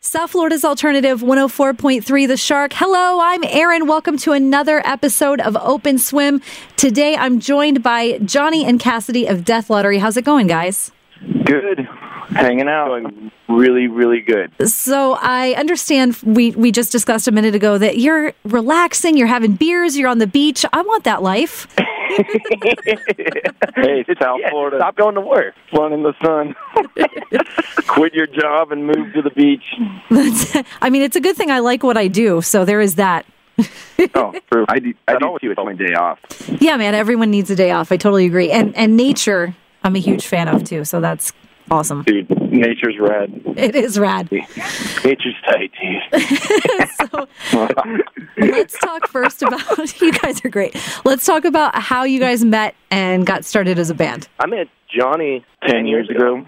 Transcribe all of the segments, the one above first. South Florida's Alternative 104.3 The Shark. Hello, I'm Erin. Welcome to another episode of Open Swim. Today I'm joined by Johnny and Cassidy of Death Lottery. How's it going, guys? Good. Hanging out. Going really, really good. So I understand we, we just discussed a minute ago that you're relaxing, you're having beers, you're on the beach. I want that life. Hey, South Florida. Stop going to work. Fun in the sun. Quit your job and move to the beach. That's, I mean, it's a good thing I like what I do, so there is that. Oh, true. I do, I That do always too. It's my helps. day off. Yeah, man, everyone needs a day off. I totally agree. And and nature, I'm a huge fan of too, so that's awesome. Dude, nature's rad. It is rad. Nature's tight, dude. So let's talk first about you guys are great. Let's talk about how you guys met and got started as a band. I met Johnny Ten years ago.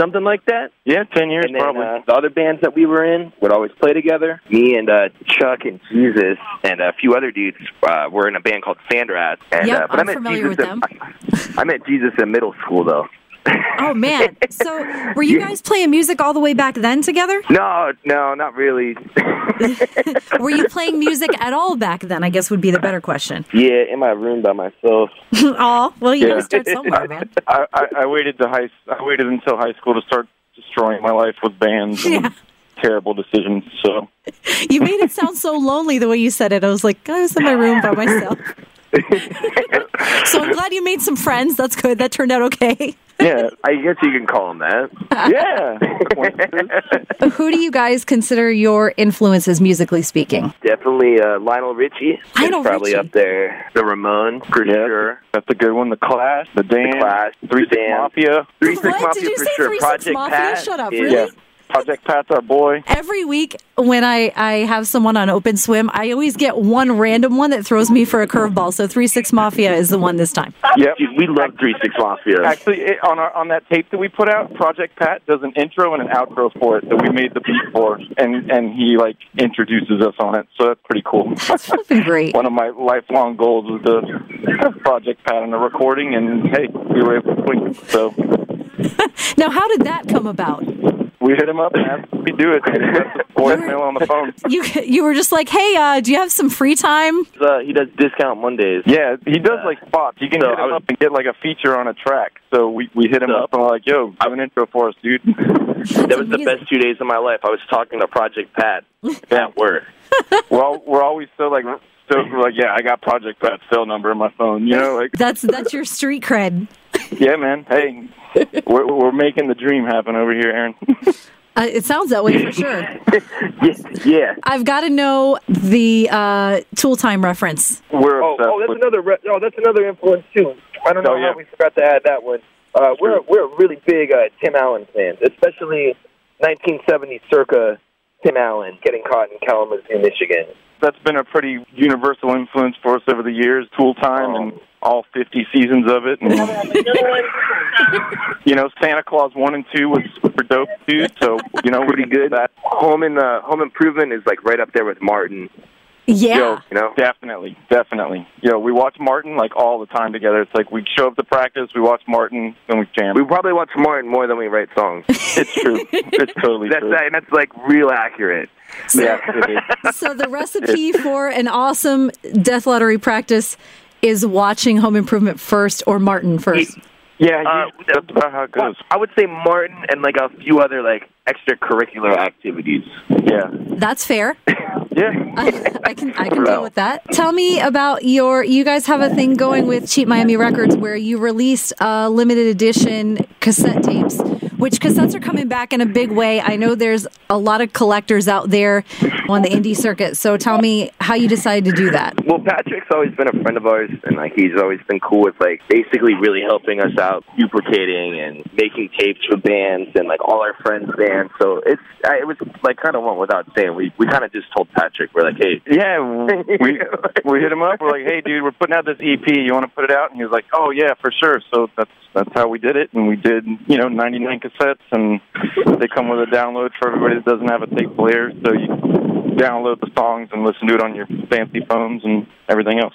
something like that. Yeah, ten years And then probably. uh, the other bands that we were in would always play together. Me and uh, Chuck and Jesus and a few other dudes uh, were in a band called Fandrats. And, Yep, uh, but I'm met familiar Jesus with in- I met Jesus in middle school, though. Oh man. So were you guys playing music all the way back then together? No, no, not really. Were you playing music at all back then? I guess would be the better question. Yeah, in my room by myself. oh, well you Yeah. gotta start somewhere, man. I, I, I waited to high. I waited until high school to start destroying my life with bands. and Yeah. Terrible decisions. So You made it sound so lonely the way you said it. I was like, I was in my room by myself. so I'm glad you made some friends. That's good. That turned out okay. Yeah, I guess you can call him that. yeah. Who do you guys consider your influences musically speaking? Definitely uh, Lionel Richie. is Lionel probably Richie. up there. The Ramones, for Yeah. sure. that's a good one. The Clash, the Damned, Clash, Three The Six Damned. Mafia. Three Six What? Mafia Did you for say sure. Three Six Project Mafia? Pat Shut up, is- really? Yeah, Project Pat's our boy. Every week when I, I have someone on Open Swim, I always get one random one that throws me for a curveball. So 3 6 Mafia is the one this time. Yep. Dude, we love Three Six Mafia. Actually, it, on our on that tape that we put out, Project Pat does an intro and an outro for it that we made the beat for, and and he like introduces us on it. So that's pretty cool. That's flipping great. One of my lifelong goals was the Project Pat and the recording, and hey, we were able to swing it. So Now, how did that come about? We hit him up and asked if we do it. And he left a voicemail on the phone. You you were just like, hey, uh, do you have some free time? Uh, he does Discount Mondays. Yeah, he does like spots. You can So hit I him was- up and get like a feature on a track. So we, we hit him So- up and we're like, yo, do an intro for us, dude. that was the amazing. best two days of my life. I was talking to Project Pat at work. We're, all, we're always so like, so we're like, yeah, I got Project Pat's cell number in my phone. You know, like, That's that's your street cred. yeah, man, hey, we're, we're making the dream happen over here, Aaron. Uh, it sounds that way for sure. Yeah, yeah. I've got to know the uh, tool time reference. We're Oh, obsessed oh, that's with another. Re- oh, that's another influence too. I don't know Oh, yeah. how we forgot to add that one. Uh, we're we're really big uh, Tim Allen fans, especially 1970 circa Tim Allen getting caught in Kalamazoo, Michigan. that's been a pretty universal influence for us over the years. Tool time Oh. and all 50 seasons of it. And, you know, Santa Claus one and two was super dope too. So you know, Pretty we good. That Home and uh, Home Improvement is like right up there with Martin. Yeah. Yo, you know. definitely, definitely. You know, we watch Martin like all the time together. It's like we show up to practice, we watch Martin, then we jam. We probably watch Martin more than we write songs. it's true. It's totally That's Uh, true. and that's like real accurate. So, It is. so the recipe for an awesome death lottery practice is watching Home Improvement first or Martin first. Yeah, you, Uh, that's about how it goes. I would say Martin and like a few other like extracurricular activities. Yeah, That's fair. yeah. I, I can I can deal with that. Tell me about your. You guys have a thing going with Cheap Miami Records where you released uh, limited edition cassette tapes, which cassettes are coming back in a big way. I know there's a lot of collectors out there on the indie circuit. So tell me how you decided to do that. Well, Patrick's always been a friend of ours, and like he's always been cool with like basically really helping us out, duplicating and making tapes for bands and like all our friends' bands. So it's I, it was like kind of went without saying. We we kind of just told Patrick we're like, hey, Yeah, w- we we hit him up. We're like, "Hey, dude, we're putting out this EP. You want to put it out?" And he was like, "Oh yeah, for sure." So that's that's how we did it, and we did you know 99 cassettes, and they come with a download for everybody that doesn't have a tape player. So you download the songs and listen to it on your fancy phones and everything else.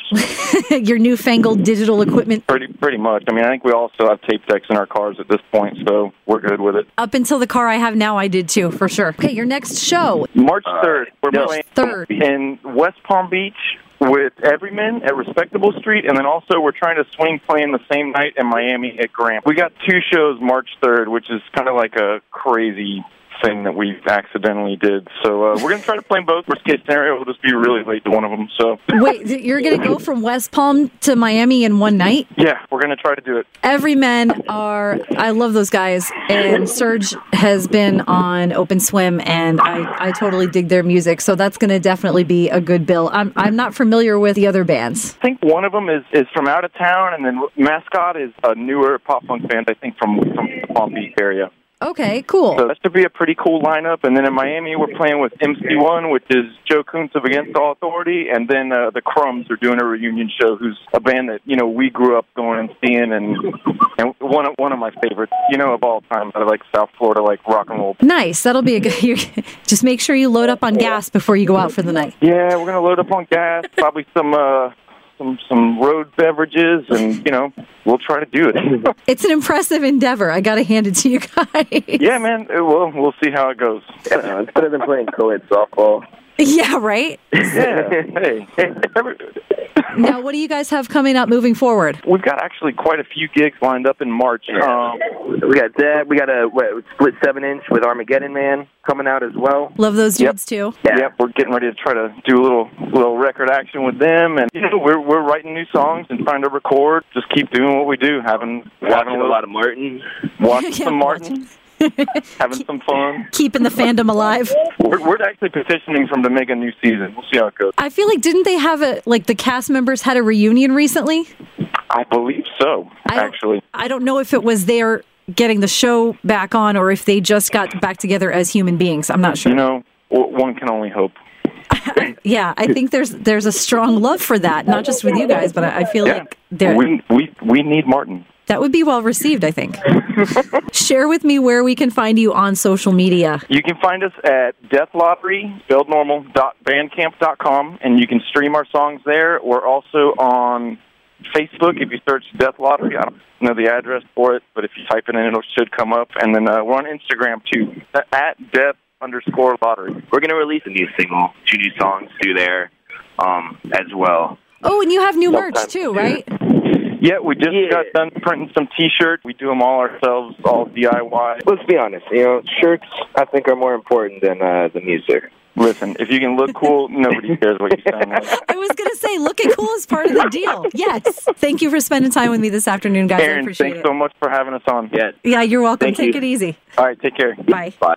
Your newfangled digital equipment. pretty pretty much. I mean, I think we all still have tape decks in our cars at this point, so we're good with it. Up until the car I have now, I did too, for sure. Okay, your next show. March third, we're no. playing Third. in West Palm Beach with Everyman at Respectable Street, and then also we're trying to swing playing the same night in Miami at Grant. We got two shows March third, which is kind of like a crazy thing that we accidentally did. So uh, we're gonna try to play 'em both. Worst case scenario, we'll just be really late to one of them. So Wait, th- you're going to go from West Palm to Miami in one night? yeah, we're gonna try to do it. Every men are, I love those guys. And Serge has been on Open Swim, and I, I totally dig their music. So that's going to definitely be a good bill. I'm, I'm not familiar with the other bands. I think one of them is is from out of town, and then Mascot is a newer pop punk band. I think from from the Palm Beach area. Okay, cool. So that should be a pretty cool lineup. And then in Miami, we're playing with MC1, which is Joe Kuntz of Against All Authority, and then uh, the Crumbs are doing a reunion show. Who's a band that you know we grew up going and seeing, and and one of one of my favorites, you know, of all time. I like South Florida, like rock and roll. Nice. That'll be a good. you just make sure you load up on gas before you go out for the night. Yeah, we're gonna load up on gas, probably some. uh some some road beverages and you know we'll try to do it. It's an impressive endeavor. I got to hand it to you guys. yeah, man. uh, Well, we'll see how it goes. Uh, it's better than playing co-ed softball. Yeah, right? Yeah. hey, hey, every- Now, what do you guys have coming up moving forward? We've got actually quite a few gigs lined up in March. Um, We got that. We got a what, split seven inch with Armageddon Man coming out as well. Love those Yep. dudes too. Yeah. Yep, we're getting ready to try to do a little little record action with them, and you know we're we're writing new songs and trying to record. Just keep doing what we do, having Watching a little- lot of Martin. watching Yeah, some Martin, having some fun. Keeping the fandom alive. We're, we're actually petitioning for them to make a new season. We'll see how it goes. I feel like didn't they have a like the cast members had a reunion recently? I believe so. I don't- actually, I don't know if it was their getting the show back on or if they just got back together as human beings. I'm not sure. you know, w- one can only hope. yeah, I think there's there's a strong love for that, not just with you guys, but I, I feel Yeah, like there we we we need Martin. that would be well received. I think. Share with me where we can find you on social media. You can find us at deathlottery, spelled normal, dot bandcamp dot com, and you can stream our songs there. We're also on Facebook. If you search Death Lottery, I don't know the address for it, but if you type it in, it should come up. And then uh, we're on Instagram, too, at death underscore lottery. We're gonna release a new single, two new songs through there, um, as well. Oh, and you have new merch Sometimes too, right? Yeah, we just Yeah. got done printing some T-shirts. We do them all ourselves, all DIY. Let's be honest. You know, shirts I think are more important than uh, the music. Listen, if you can look cool, nobody cares what you sound like. I was gonna say, looking cool is part of the deal. Yes. Thank you for spending time with me this afternoon, guys. I Aaron, appreciate thanks it. so much for having us on. Yeah. yeah, you're welcome. Thank Take you. it easy. All right, take care. Bye. Bye.